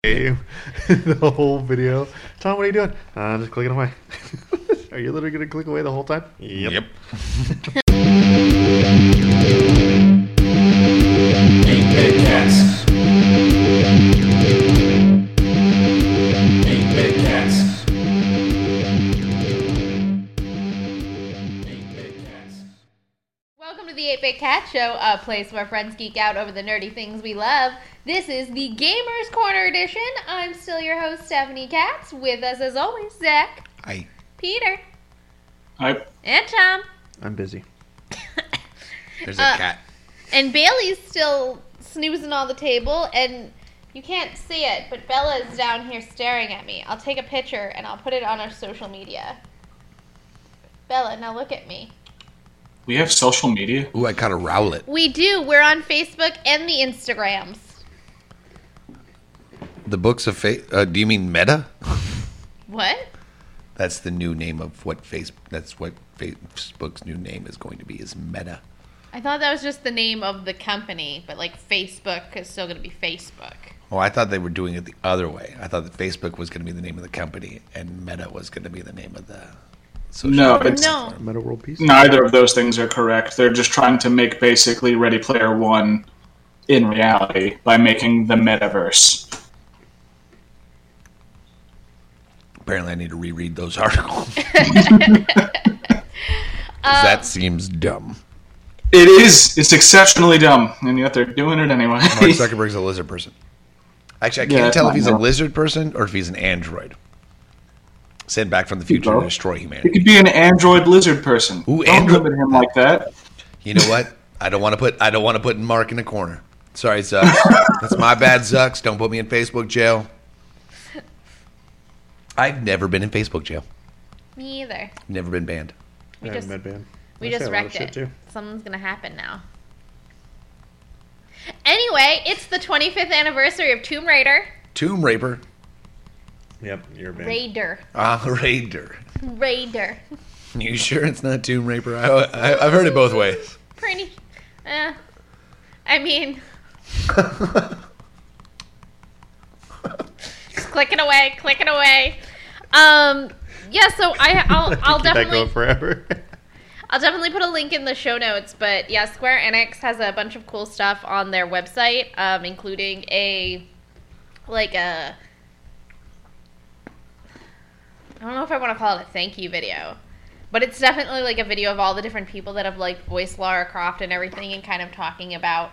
the whole video. Tom, what are you doing? Uh, I'm just clicking away. are you literally going to click away the whole time? Yep. Welcome to the 8 Bit Cat Show, a place where friends geek out over the nerdy things we love. This is the Gamers Corner Edition. I'm still your host, Stephanie Katz. With us, as always, Zach, I. Peter, I and Tom. I'm busy. There's a Uh, cat. And Bailey's still snoozing on the table, and you can't see it, but Bella's down here staring at me. I'll take a picture and I'll put it on our social media. Bella, now look at me. we have social media. Ooh, I caught a rowlet. We do. We're on Facebook and the Instagrams. The books of fa- uh, Do you mean Meta? What? That's the new name of what face. That's what Facebook's new name is going to be. Is Meta. I thought that was just the name of the company, but like Facebook is still going to be Facebook. Oh, I thought they were doing it the other way. I thought that Facebook was going to be the name of the company and Meta was going to be the name of the social. No, it's Oh, No. Meta World Peace. neither of those things are correct. They're just trying to make basically Ready Player One in reality by making the metaverse. Apparently, I need to reread those articles. 'Cause that seems dumb. It is. It's exceptionally dumb, and yet they're doing it anyway. Mark Zuckerberg's a lizard person. Actually, I Yeah, can't that's tell if not he's a normal. lizard person or if he's an android. Sent back from the future to both. destroy It humanity. could be an android lizard person. Ooh, Don't android- look at him like that. You know what? I don't want to put I don't want to put Mark in a corner. Sorry, Zucks. That's my bad, Zucks. Don't put me in Facebook jail. I've never been in Facebook jail. Me either. Never been banned. We Yeah, just Medband. we I say just a lot of wrecked shit, it. Something's going to happen now. Anyway, it's the 25th anniversary of Tomb Raider. Tomb Raper. Yep, you're banned. Raider. Ah, Raider. Raider. You sure it's not Tomb Raper? I, I, I've heard it both ways. Pretty. Uh, I mean, just clicking away, clicking away. Um, yeah. So I, I'll, I'll Keep that definitely going forever. I'll definitely put a link in the show notes, but yeah, Square Enix has a bunch of cool stuff on their website, um, including a like a I don't know if I want to call it a thank you video, but it's definitely like a video of all the different people that have like voiced Lara Croft and everything, and kind of talking about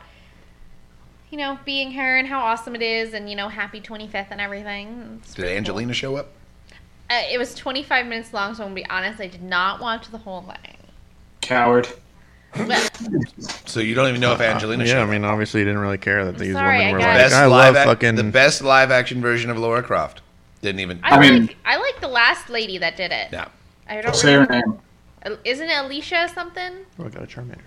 you know being her and how awesome it is, and you know happy 25th and everything. It's Did pretty cool. Angelina show up? Uh, it was 25 minutes long, so I'm gonna be honest, I did not watch the whole thing. Coward. But- So you don't even know if Angelina showed yeah, I up. mean, obviously, you didn't really care that these sorry, I women were got- like, Best I love live ac- fucking. the best live action version of Laura Croft. Didn't even. I, I mean- like I like the last lady that did it. no. I don't Say her remember. name. Isn't it Alicia something? Oh, I got a Charmander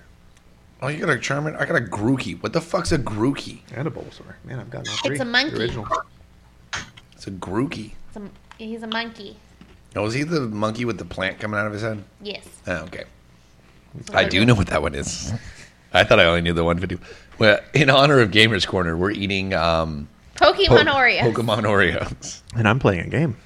Oh, you got a Charmin? I got a Grookey. What the fuck's a Grookey? and a Bulbasaur. Man, I've gotten all three. a monkey. The original. It's a Grookey. It's a- he's a monkey. Oh, is he the monkey with the plant coming out of his head? Yes. Oh, okay. I do know what that one is. I thought I only knew the one video. Well, in honor of Gamers Corner, we're eating um, po- Pokemon Oreo. Pokemon Oreos. And I'm playing a game.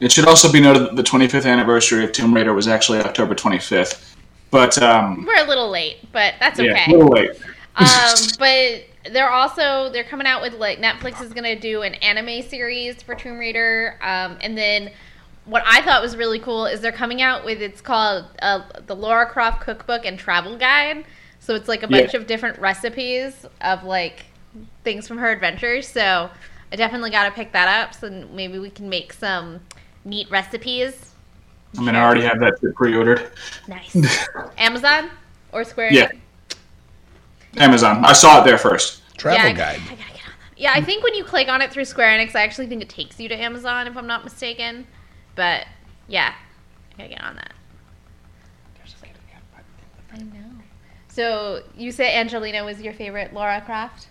It should also be noted that the 25th anniversary of Tomb Raider was actually October 25th. But, um, We're a little late, but that's yeah, okay. we'll wait. um, but they're also they're coming out with like Netflix is gonna do an anime series for Tomb Raider, um, and then what I thought was really cool is they're coming out with it's called uh, the Laura Croft Cookbook and Travel Guide. So it's like a Yeah. bunch of different recipes of like things from her adventures. So I definitely gotta pick that up. So maybe we can make some neat recipes. I mean, I already have that pre ordered. Nice. Amazon or Square? Yeah. Enix? Amazon. I saw it there first. Travel yeah, I- guide. I, gotta get on that. Yeah, I think when you click on it through Square Enix, I actually think it takes you to Amazon, if I'm not mistaken. But yeah, I gotta get on that. I know. So you said Angelina was your favorite Laura Croft?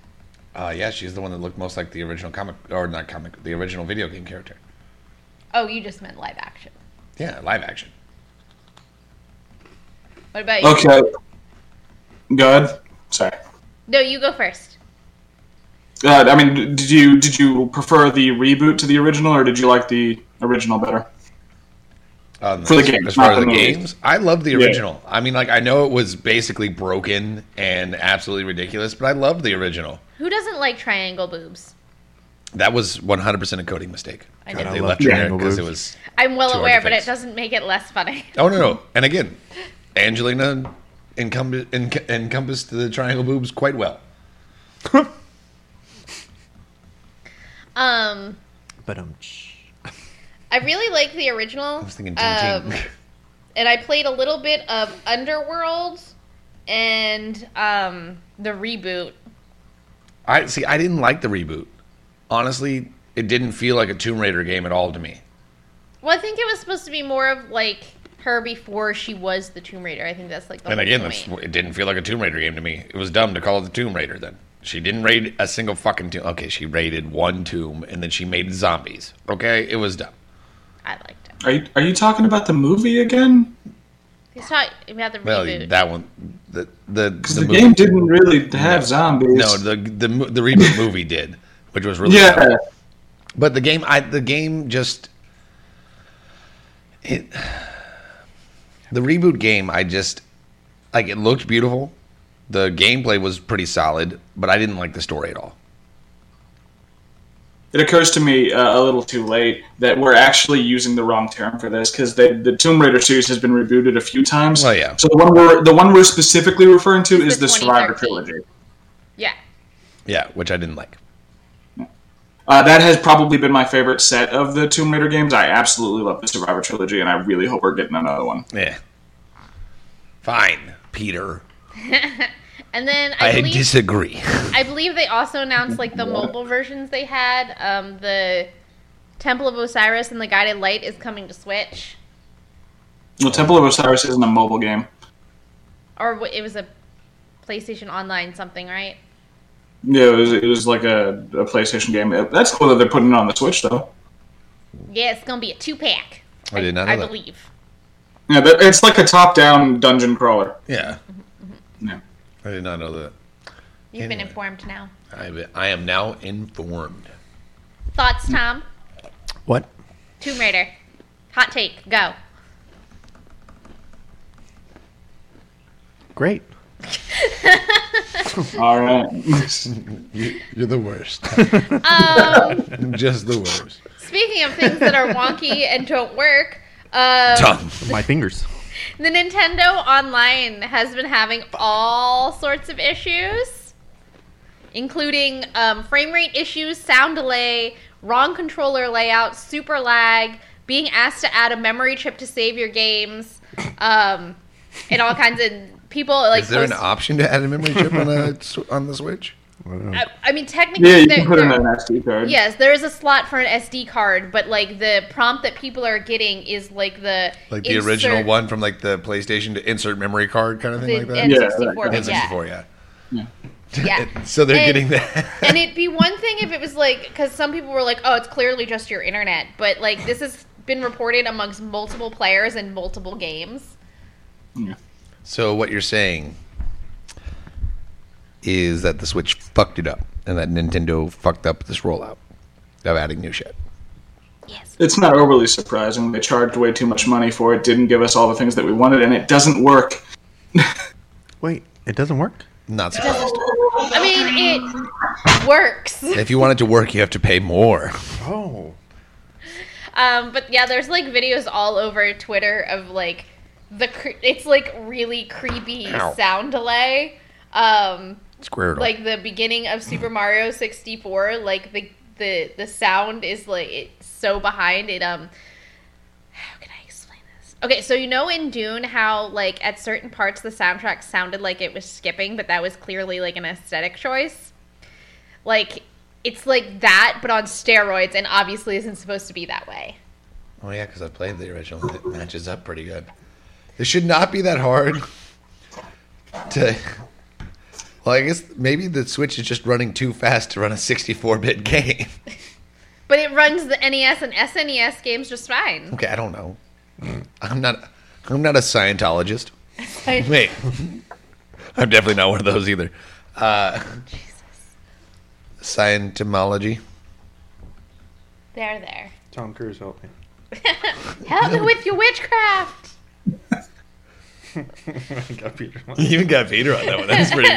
Uh, yeah, she's the one that looked most like the original comic, or not comic, the original video game character. Oh, you just meant live action. Yeah, live action. What about you? Okay. Good. Sorry. No, you go first. Uh, I mean, did you did you prefer the reboot to the original, or did you like the original better? on For the this, games, Um, as far not as the the movies. games, I love the Yeah. original. I mean, like I know it was basically broken and absolutely ridiculous, but I loved the original. Who doesn't like triangle boobs? That was 100% a coding mistake. I know. They I left love it in there triangle because it boobs. was. I'm well Two aware, but it artifacts. doesn't make it less funny. Oh no, no. And again, Angelina encom- enc- encompassed the triangle boobs quite well. Um, But um, I really like the original. um, I was thinking Tintin. and I played a little bit of Underworld and um, the reboot. I see. I didn't like the reboot. Honestly, it didn't feel like a Tomb Raider game at all to me. Well, I think it was supposed to be more of like her before she was the Tomb Raider. I think that's like the And whole again, point. that's, it didn't feel like a Tomb Raider game to me. It was dumb to call it the Tomb Raider then. She didn't raid a single fucking tomb. Okay, she raided one tomb and then she made zombies. Okay, it was dumb. I liked it. Are you, are you talking about the movie again? He's talking about the Well, reboot. that one, the the, Because the, game didn't really have zombies. No, the the mo- the reboot movie did, which was really yeah, dumb. But the game, I the game just it the reboot game. I just like it looked beautiful. The gameplay was pretty solid, but I didn't like the story at all. it occurs to me uh, a little too late that we're actually using the wrong term for this because the Tomb Raider series has been rebooted a few times. Well, yeah. So the one we're the one we're specifically referring to It's is the the Survivor 2013. trilogy. yeah. Yeah, which I didn't like. Uh, that has probably been my favorite set of the Tomb Raider games. I absolutely love the Survivor trilogy, and I really hope we're getting another one. Yeah. Fine, Peter. And then I, I believe disagree. I believe they also announced like the mobile versions they had. Um, the Temple of Osiris and the Guided Light is coming to Switch, Well, Temple of Osiris isn't a mobile game. or w- it was a PlayStation Online something, right? Yeah, it was, it was like a, a PlayStation game. Uh, That's cool that they're putting it on the Switch, though. Yeah, it's gonna be a two pack. I did not know I that. believe. Yeah, but it's like a top-down dungeon crawler. Yeah. Yeah. I did not know that. You've been Anyway. informed now. I, I am now informed. Thoughts, Tom? what? Tomb Raider. Hot take. Go. Great. All right. You, you're the worst. Um, Just the worst. speaking of things that are wonky and don't work, um, Dumb. My fingers. the Nintendo Online has been having all sorts of issues, including um, frame rate issues, sound delay, wrong controller layout, super lag, being asked to add a memory chip to save your games, um, and all kinds of people like. Is there an post- option to add a memory chip on a sw- on the Switch? I, I mean, technically, Yeah, you there- can put in there- an SD card. Yes, there is a slot for an SD card, but like the prompt that people are getting is like the Like the insert- original one from like the PlayStation to insert memory card kind of the thing like that? N64, Yeah, but yeah, N64, yeah. yeah. So they're And- getting that. and it'd be one thing if it was like because some people were like, "Oh, it's clearly just your internet," but like this has been reported amongst multiple players in multiple games. So what you're saying is that the Switch fucked it up, and that Nintendo fucked up this rollout of adding new shit. Yes, It's not overly surprising. They charged way too much money for it, didn't give us all the things that we wanted, and it doesn't work. Wait, it doesn't work. Not surprised. I mean it works. if you want it to work, you have to pay more. Oh. Um, but yeah, there's like videos all over Twitter of like the cre- it's like really creepy Ow. sound delay. Um, Square it all. like the beginning of Super Mario 64, like the the the sound is like it's so behind it. Um, how can I explain this? Okay, so you know in Dune how like at certain parts the soundtrack sounded like it was skipping, but that was clearly like an aesthetic choice. Like it's like that, but on steroids, and obviously isn't supposed to be that way. oh yeah, because I played the original. and It matches up pretty good. It should not be that hard to. Well, I guess maybe the Switch is just running too fast to run a 64-bit game. But it runs the NES and SNES games just fine. Okay, I don't know. I'm not. I'm not a Scientologist. Wait, I'm definitely not one of those either. Uh, Scientology. They're there. Tom Cruise, help me. Help me with your witchcraft. I got Peter. You even got Peter on that one. That was pretty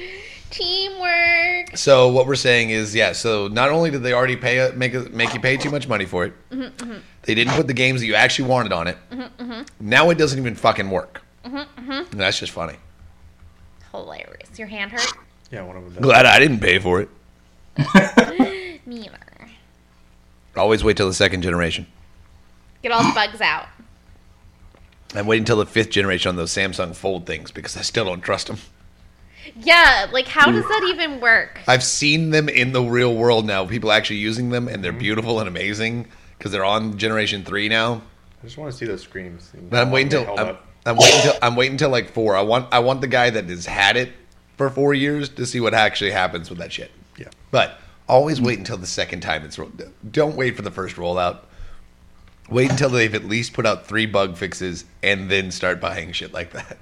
good. Teamwork. so what we're saying is, yeah. So not only did they already pay make make you pay too much money for it, they didn't put the games that you actually wanted on it. Now it doesn't even fucking work. And that's just funny. Hilarious. Your hand hurt? Yeah, one of them. does. Glad I didn't pay for it. Me either. Always wait till the second generation. Get all the bugs out. I'm waiting till the fifth generation on those Samsung Fold things because I still don't trust them. Yeah, like how does that even work? I've seen them in the real world now. People actually using them, and they're beautiful and amazing because they're on Generation Three now. I just want to see those screams. But I'm waiting till Hold I'm, up. I'm waiting till I'm waiting till like four. I want I want the guy that has had it for four years to see what actually happens with that shit. Yeah. But always wait until the second time it's rolled. Don't wait for the first rollout. Wait until they've at least put out three bug fixes and then start buying shit like that.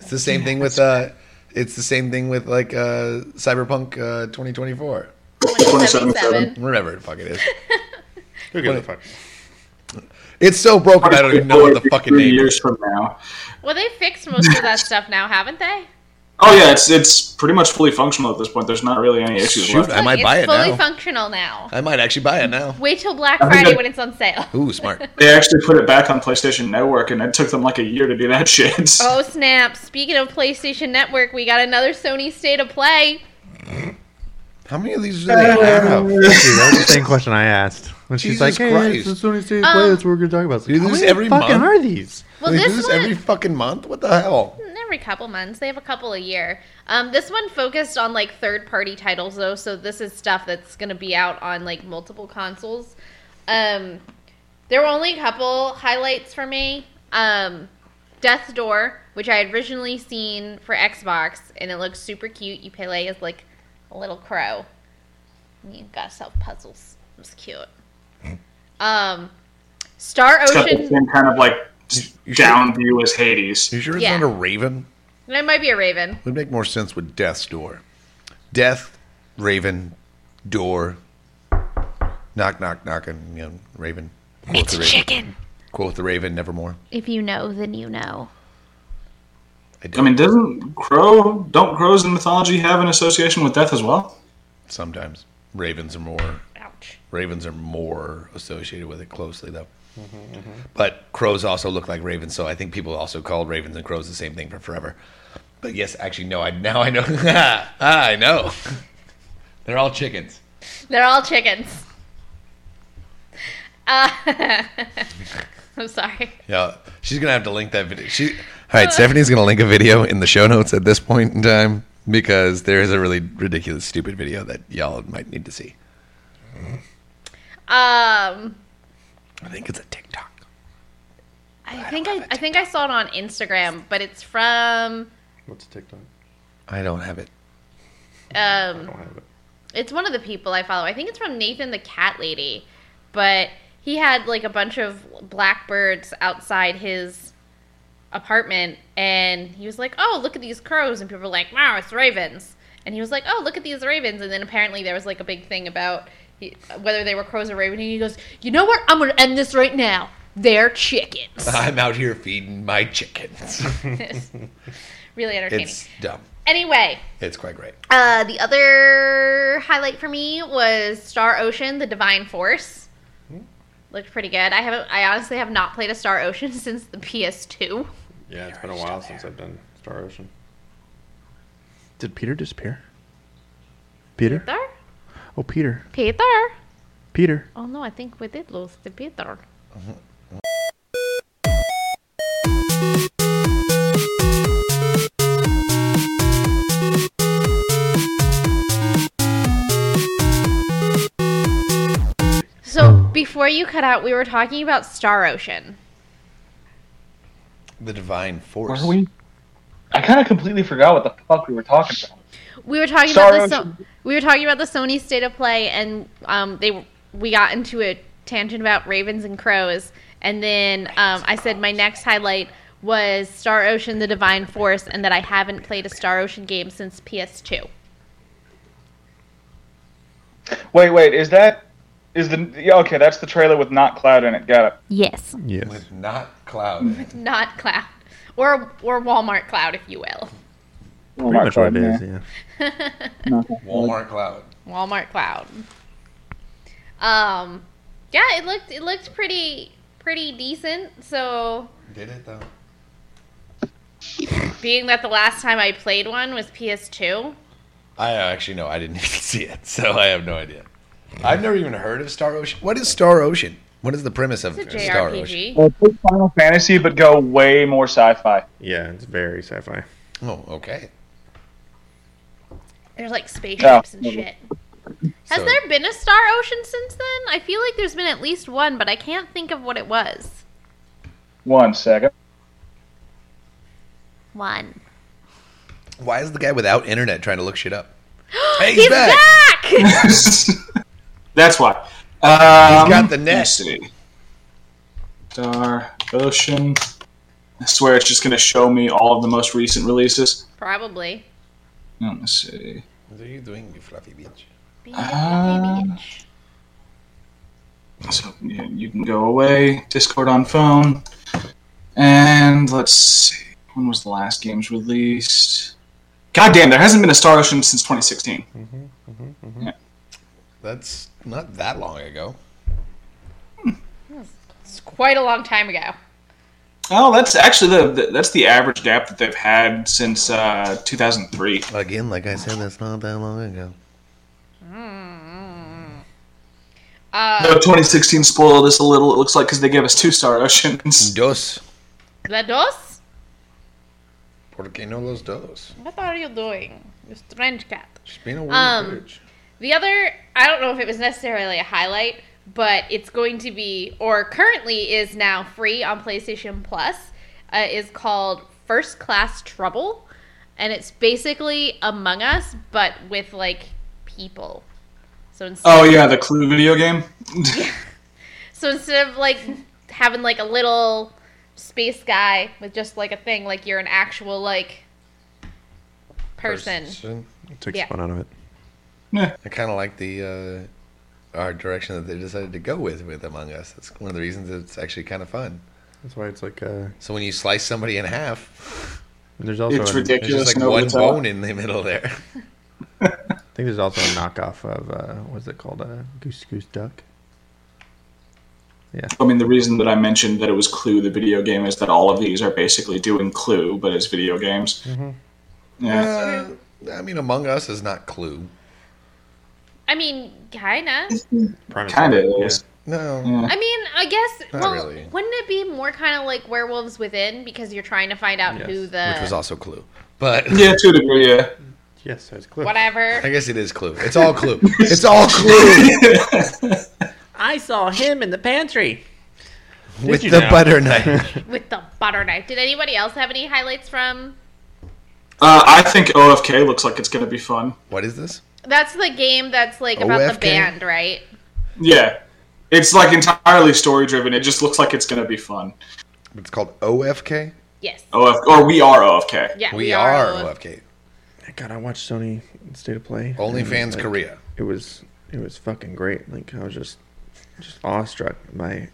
It's the same thing with uh, it's the same thing with like uh, Cyberpunk uh, 2024. 2077. Whatever the fuck it is. Who gives a fuck? It's so broken. I don't even know what the fucking Three name is. years from now. Well, they fixed most of that stuff now, haven't they? Oh yeah, it's it's pretty much fully functional at this point. There's not really any issues Shoot, left. I might it's buy it fully now. functional now. I might actually buy it now. Wait till Black I think Friday I- when it's on sale. Ooh, smart. They actually put it back on PlayStation Network, and it took them like a year to do that shit. Oh snap! Speaking of PlayStation Network, we got another Sony State of Play. How many of these do Uh, they have? Do Dude, that was the same question I asked. When she's like, Jesus "Hey, Christ. it's the Sony Stage Um, Play. That's what we're gonna talk about." It's like, do how this many every fucking month? are these? Well, they do this, this one every fucking month? What the hell? every couple months they have a couple a year. Um, this one focused on like third party titles though, so this is stuff that's going to be out on like multiple consoles. Um, there were only a couple highlights for me. Um, Death's Door, which I had originally seen for Xbox, and it looks super cute. You play as like a little crow. And You gotta solve puzzles. It's cute. Um, Star It's got the Ocean. same kind of like you should- down view as Hades. You sure it's Yeah. not a raven? It might be a raven. It would make more sense with Death's Door. Death, Raven, Door. Knock, knock, knocking. You know, Raven. Quoth the raven. Chicken. Quoth the Raven, nevermore. If you know, then you know. I do I mean, doesn't crow? Don't crows in mythology have an association with death as well? sometimes. Ravens are more Ouch. ravens are more associated with it closely though. Mm-hmm, But crows also look like ravens, so I think people also called ravens and crows the same thing for forever. But yes, actually, no. I now I know. Ah, I know. They're all chickens. They're all chickens. Uh, I'm sorry. Yeah, she's gonna have to link that video. She, all right, Stephanie's gonna link a video in the show notes at this point in time because there is a really ridiculous, stupid video that y'all might need to see. Um, I think it's a TikTok. I think I, I think I saw it on Instagram, but it's from What's TikTok? I don't have it. I um, don't have it. it's one of the people I follow. I think it's from Nathan the Cat Lady, but he had like a bunch of blackbirds outside his apartment, and he was like, "Oh, look at these crows," and people were like, "Wow, it's ravens," and he was like, "Oh, look at these ravens," and then apparently there was like a big thing about he, whether they were crows or ravens, and he goes, "You know what? I'm gonna end this right now. They're chickens." I'm out here feeding my chickens. really entertaining. It's dumb. Anyway, It's quite great. Uh, the other highlight for me was Star Ocean: The Divine Force. Looked pretty good. I haven't. I honestly have not played a Star Ocean since the PS2. Yeah, it's been a while since I've done Star Ocean. Did Peter disappear? Peter? Peter, Oh, Peter. Peter. Peter. Oh no, I think we did lose the Peter. So before you cut out, we were talking about Star Ocean. The divine force. Were we? I kind of completely forgot what the fuck we were talking about. We were talking Star about the so- Ocean. we were talking about the Sony State of Play, and um, they we got into a tangent about ravens and crows, and then um, I said my next highlight was Star Ocean: The Divine Force, and that I haven't played a Star Ocean game since PS2. Wait, wait, is that is the yeah, okay? That's the trailer with not Cloud in it. Got it. Yes, Yes. With not cloud. not Cloud, or or Walmart Cloud, if you will. Pretty much what it is, yeah. Walmart cloud. Walmart Cloud. Um, yeah, it looked it looked pretty pretty decent. So Did it though? being that the last time I played one was PS2, I uh, actually no, I didn't even see it, so I have no idea. I've never even heard of Star Ocean. What is Star Ocean? What is the premise of it's a Star Ocean? JRPG. Well, take Final Fantasy, but go way more sci-fi. Yeah, it's very sci-fi. Oh, okay. There's like spaceships and Yeah. shit. Has So- there been a Star Ocean since then? I feel like there's been at least one, but I can't think of what it was. One second. One. Why is the guy without internet trying to look shit up? Hey, He's, he's back! back! That's why. Um, got the let me net. see. Star Ocean. I swear it's just going to show me all of the most recent releases. Probably. Let me see. What are you doing, you fluffy bitch? Baby, Ah. bitch. So yeah, you can go away. Discord on phone. And let's see. When was the last games released? God damn, there hasn't been a Star Ocean since 2016. That's not that long ago. It's quite a long time ago. Oh, that's actually the, the that's the average gap that they've had since uh, 2003. Again, like I said, that's not that long ago. No, 2016 spoiled us a little. It looks like because they gave us two Star Oceans. Dos. La dos? ¿Por qué no los dos? What are you doing? You strange cat. She's being a weird Um, bitch. The other, I don't know if it was necessarily a highlight, but it's going to be, or currently is now free on PlayStation Plus, uh, is called First Class Trouble. And it's basically Among Us, but with like people. So instead, Oh yeah, the Clue video game. so instead of like having like a little space guy with just like a thing, like you're an actual like person. It takes Yeah. fun out of it. I kind of like the uh, our direction that they decided to go with with Among Us. That's one of the reasons it's actually kind of fun. That's why it's like uh So when you slice somebody in half, there's also It's an- ridiculous. there's just Just like know one what's up. bone in the middle there. I think there's also a knockoff of uh what's it called? Uh Goose Goose Duck. I mean, the reason that I mentioned that it was Clue, the video game, is that all of these are basically doing Clue, but as video games. Mm-hmm. Yeah. Uh, I mean, Among Us is not Clue. I mean, kinda. Primus Kind of Rock, is. No, Yeah. I mean, I guess. Not well, really. wouldn't it be more kind of like werewolves within because you're trying to find out Yes. who the which was also Clue, but Yeah, to a degree, yeah. yeah. Yes, so it's Cliff. I whatever? guess it is Clue. It's all Clue. It's all Clue I saw him in the pantry. with you the now? butter knife. With the butter knife. Did anybody else have any highlights from? Uh, I think OFK looks like it's going to be fun. What is this? That's the game that's like about the OFK? band, right? Yeah. It's like entirely story driven. It just looks like it's going to be fun. It's called OFK. Yes. OF or we are OFK. Yeah. We are all- OFK. God, I watched Sony State of Play. Oh. OnlyFans Like, Korea. It was it was fucking great. Like I was just just awestruck by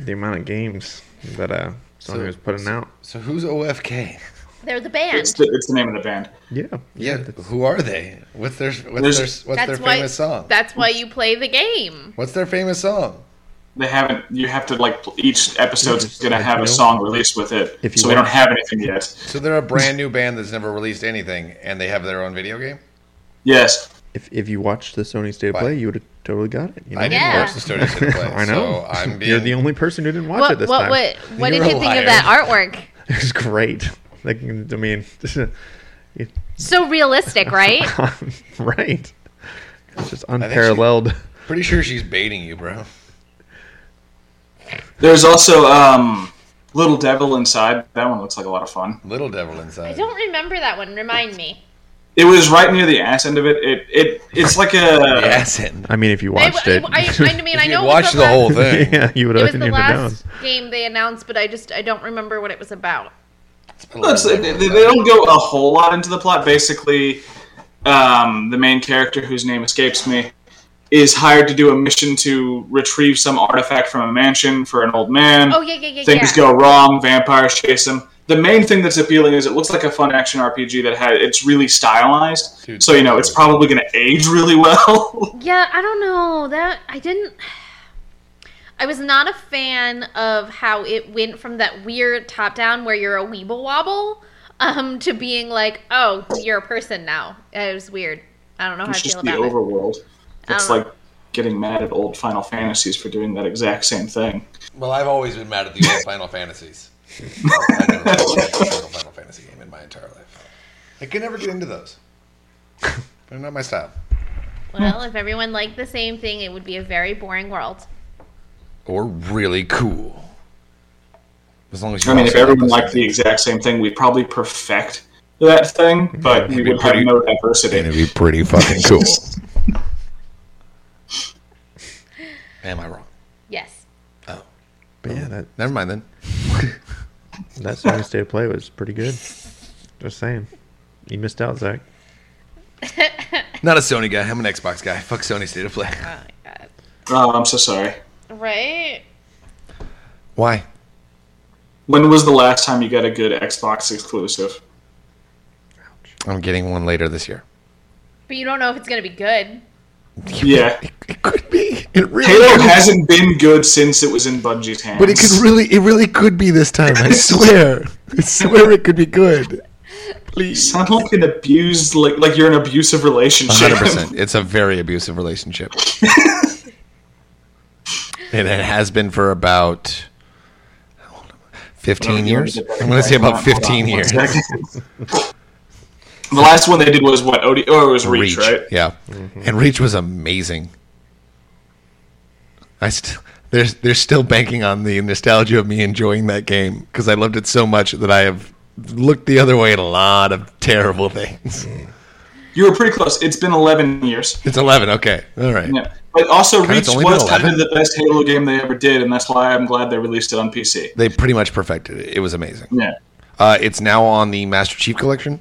the amount of games that uh Sony So- was putting out. So who's OFK? They're the It's band. the, it's the name of the band. Yeah. Yeah, that's- who are they? What's their what's There's- their what's their That's why. famous song? That's why you play the game. What's their famous song? They haven't. You have to like pl- each episode's Just going to like, have you a know, song released with it. if you So we don't want- have anything yet. So they're a brand new band that's never released anything, and they have their own video game. Yes. If if you watched the Sony State of Why? Play, you would have totally got it. You know? I didn't Yeah. watch the Sturdy City Play. I know. So I'm being You're the only person who didn't watch it What? this What? time. What? What did You're a you think liar. of that artwork? It was great. Like I mean, So realistic, right? right? It's just unparalleled. pretty sure she's baiting you, bro. There's also um, Little Devil Inside. That one looks like a lot of fun. Little devil I inside. don't remember that one. Remind me. It was right near the ass end of it. It it it's like a The ass end. I mean, if you I, watched it, I, I, I mean, If I you know it was watch the last- whole thing. yeah, you would It was have the been down. last game they announced, but I just I don't remember what it was about. Well, it's- they, they don't go a whole lot into the plot. Basically, um, the main character, whose name escapes me, is hired to do a mission to retrieve some artifact from a mansion for an old man. Oh yeah, yeah, yeah, Things yeah. go wrong. Vampires chase him. The main thing that's appealing is it looks like a fun action RPG that had it's really stylized. Dude, so you know it's probably going to age really well. Yeah, I don't know that I didn't. I was not a fan of how it went from that weird top down where you're a weeble wobble um, to being like, oh, you're a person now. It was weird. I don't know how it's I feel just the about it. overworld. It's Um, like getting mad at old Final Fantasies for doing that exact same thing. Well, I've always been mad at the old Final Fantasies. I never played a single Final Fantasy game in my entire life. I could never get into those. They're not my style. Well, if everyone liked the same thing, it would be a very boring world. Or really cool. As long as you I mean, if also everyone those liked the things. exact same thing, we'd probably perfect that thing, but we It'd be would have pretty- no diversity. it'd be pretty fucking cool. Am I wrong? Yes. Oh, But yeah, that never mind then. that Sony State of Play was pretty good. Just saying, you missed out, Zach. Not a Sony guy. I'm an Xbox guy. Fuck Sony State of Play. Oh my god. Oh, I'm so sorry. Right? Why? When was the last time you got a good Xbox exclusive? I'm getting one later this year. But you don't know if it's gonna be good. Yeah. It, it could be. It really. Halo could be. hasn't been good since it was in Bungie's hands. But it could really, it really could be this time. I swear, I swear it could be good. Please, sound like an abused, like like you're in an abusive relationship. hundred percent. It's a very abusive relationship, and it has been for about fifteen years. I'm going to say about fifteen years. the last one they did was what? OD- or it was Reach, right? Mm-hmm. yeah, and Reach was amazing. I still. They're, they're still banking on the nostalgia of me enjoying that game because I loved it so much that I have looked the other way at a lot of terrible things. You were pretty close. It's been 11 years. It's 11. Okay. All right. Yeah. But also, Reach it's only was been kind of 11. the best Halo game they ever did, and that's why I'm glad they released it on PC. They pretty much perfected it. It was amazing. Yeah. Uh, it's now on the Master Chief Collection,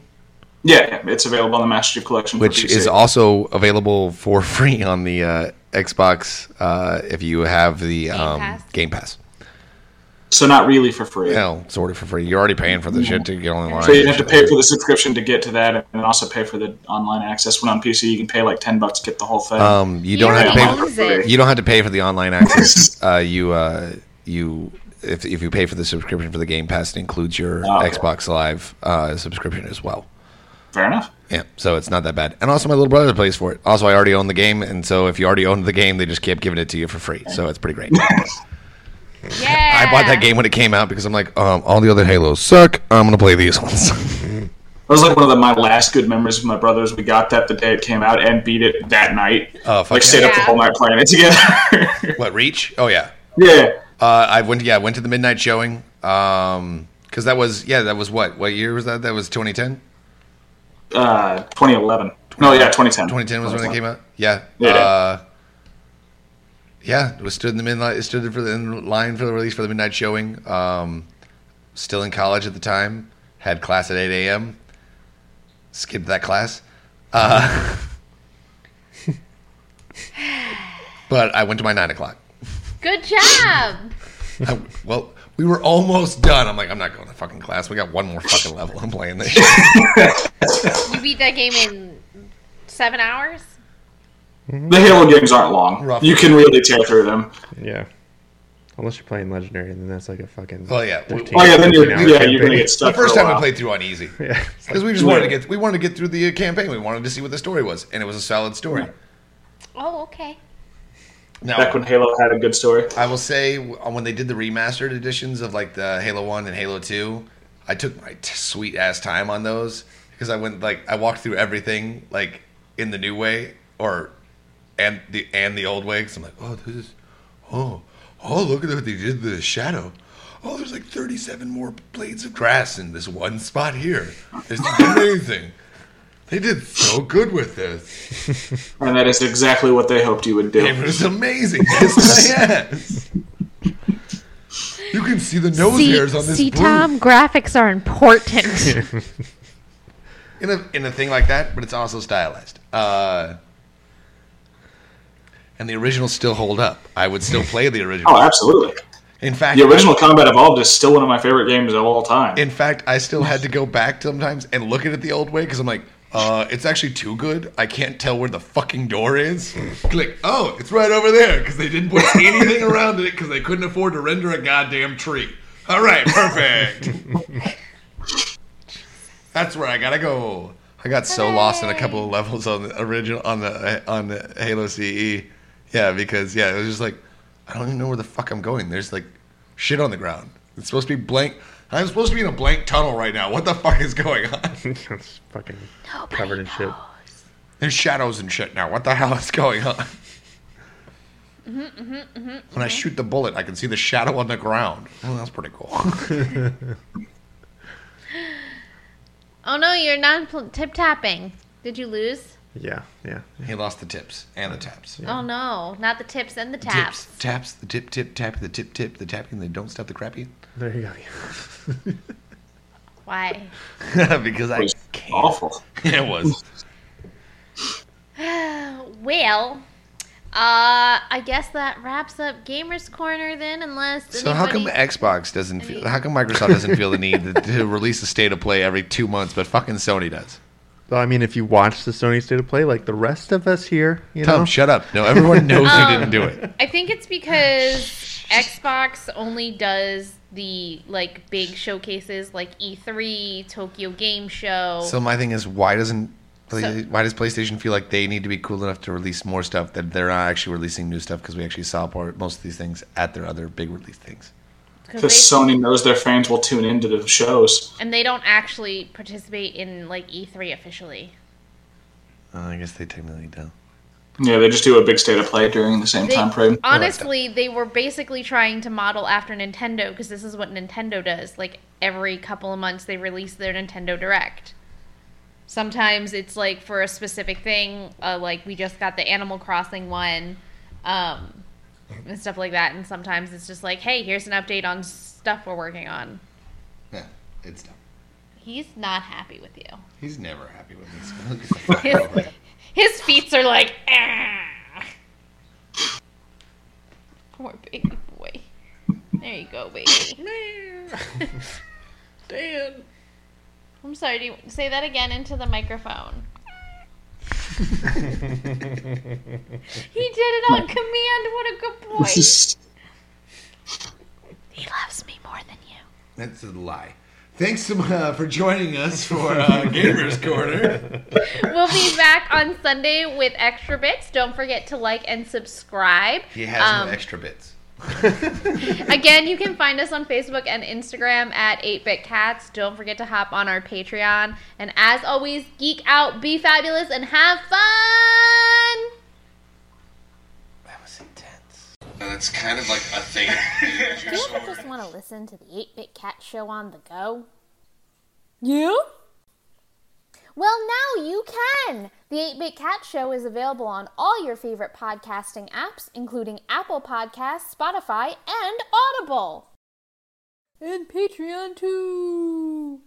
Yeah, yeah, it's available on the Master Chief Collection. for which PC. is also available for free on the uh, Xbox uh, if you have the um, Pass? Game Pass. So, not really for free. Well, sort of for free. You're already paying for the shit to get online. So, you'd have to pay for the subscription to get to that, and then also pay for the online access. When on PC, you can pay like 10 bucks to get the whole thing. Um, you He don't have already to pay. owns it. You don't have to pay for the online access. uh, you uh, you if, if you pay for the subscription for the Game Pass, it includes your Oh, okay. Xbox Live uh, subscription as well. Fair enough. Yeah, so it's not that bad. And also, my little brother plays for it. Also, I already own the game, and so if you already owned the game, they just kept giving it to you for free. So it's pretty great. Yeah. I bought that game when it came out because I'm like, um, all the other Halos suck. I'm gonna play these ones. That was like one of the, my last good memories with my brothers. We got that the day it came out and beat it that night. Oh, fuck like yeah. stayed up the Yeah. whole night playing it together. what Reach? Oh yeah. yeah, Uh, I went. Yeah, I went to the midnight showing. Um, because that was yeah, that was what? What year was that? That was 2010. uh, 2011. No, yeah, 2010. 2010 was when it came out. Yeah. Yeah. Uh, yeah. It was stood in the midnight. It stood for the in line for the release for the midnight showing. Um, still in college at the time. Had class at 8 a.m. Skipped that class. Uh, but I went to my nine o'clock. Good job. I- well, we were almost done. I'm like, I'm not going to fucking class. We got one more fucking level. I'm playing this. You beat that game in seven hours? The Halo games aren't long. Roughly. You can really tear through them. Yeah. Unless you're playing legendary, and then that's like a fucking. Oh, yeah. Oh yeah, then you're, 15 hour yeah, you're gonna campaign. get the stuck. first for a time we while. played through on easy. Yeah. because we just wanted to Yeah. get we wanted to get through the uh, campaign. We wanted to see what the story was, and it was a solid story. Oh, okay. back when Now, Halo had a good story. I will say w- when they did the remastered editions of like the Halo One and Halo Two, I took my t- sweet ass time on those because I went like I walked through everything like in the new way or and the and the old way. Because I'm like, oh, this is oh oh look at what they did to the shadow. Oh, there's like 37 more blades of grass in this one spot here. It's amazing. They did so good with this. and that is exactly what they hoped you would It do. was amazing. Yes, yes. You can see the nose hairs on this see blue. Tom, graphics are important. in a in a thing like that, but it's also stylized. Uh, and the originals still hold up. I would still play the original. Oh, absolutely. In fact, The original Combat Evolved is still one of my favorite games of all time. In fact, I still had to go back sometimes and look at it the old way because I'm like, uh, it's actually too good. I can't tell where the fucking door is. Click. Oh, it's right over there because they didn't put anything around it because they couldn't afford to render a goddamn tree. All right, perfect. That's where I gotta go. I got so lost in a couple of levels on the original on the on the Halo CE. Yeah, because yeah, it was just like I don't even know where the fuck I'm going. There's like shit on the ground. It's supposed to be blank. I'm supposed to be in a blank tunnel right now. What the fuck is going on? it's fucking covered in shit. There's shadows and shit now. What the hell is going on? When I shoot the bullet, I can see the shadow on the ground. Oh, that's pretty cool. oh no, you're not pl- tip tapping. Did you lose? Yeah, yeah. he lost the tips and the taps. Oh no, not the tips and the taps. Tips, taps, the tip, tip, tap, the tip, tip, the tapping, the don't stop the crappy. There you go. Why? because I It's can't. awful. It was. Well, uh, I guess that wraps up Gamers Corner then, unless So how come anybody- Xbox doesn't feel? How come Microsoft doesn't feel the need to, to release a state of play every two months, but fucking Sony does? Well, I mean, if you watch the Sony State of Play like the rest of us here, you Tom, know, shut up. No, everyone knows Um, you didn't do it. I think it's because Xbox only does the like big showcases like E3, Tokyo Game Show. So my thing is, why doesn't Play- So- why does PlayStation feel like they need to be cool enough to release more stuff that they're not actually releasing new stuff because we actually saw part, most of these things at their other big release things. Because Because they, Sony knows their fans will tune into the shows. and they don't actually participate in like E3 officially. Uh, I guess they technically don't. Yeah, they just do a big state of play during the same They, time frame. honestly, they were basically trying to model after Nintendo because this is what Nintendo does. Like every couple of months, they release their Nintendo Direct. Sometimes it's like for a specific thing, uh, like we just got the Animal Crossing one, um, and stuff like that. And sometimes it's just like, hey, here's an update on stuff we're working on. Yeah, it's dumb. He's not happy with you. He's never happy with this. His, his feet are like, ah. Poor baby boy. There you go, baby. Dan. I'm sorry. Do you say that again into the microphone? He did it on command. What a good boy. He loves me more than you. That's a lie. Thanks so mu- uh, for joining us for uh, Gamers Corner. We'll be back on Sunday with extra bits. Don't forget to like and subscribe. He has Um, no extra bits. Again, you can find us on Facebook and Instagram at 8bit cats. Don't forget to hop on our Patreon. And as always, geek out, be fabulous, and have fun! That was intense. And it's kind of like a thing. Do you ever just want to listen to the 8 Bit Cat Show on the go? You? Well, now you can! The 8 Bit Cat Show is available on all your favorite podcasting apps, including Apple Podcasts, Spotify, and Audible. And Patreon, too!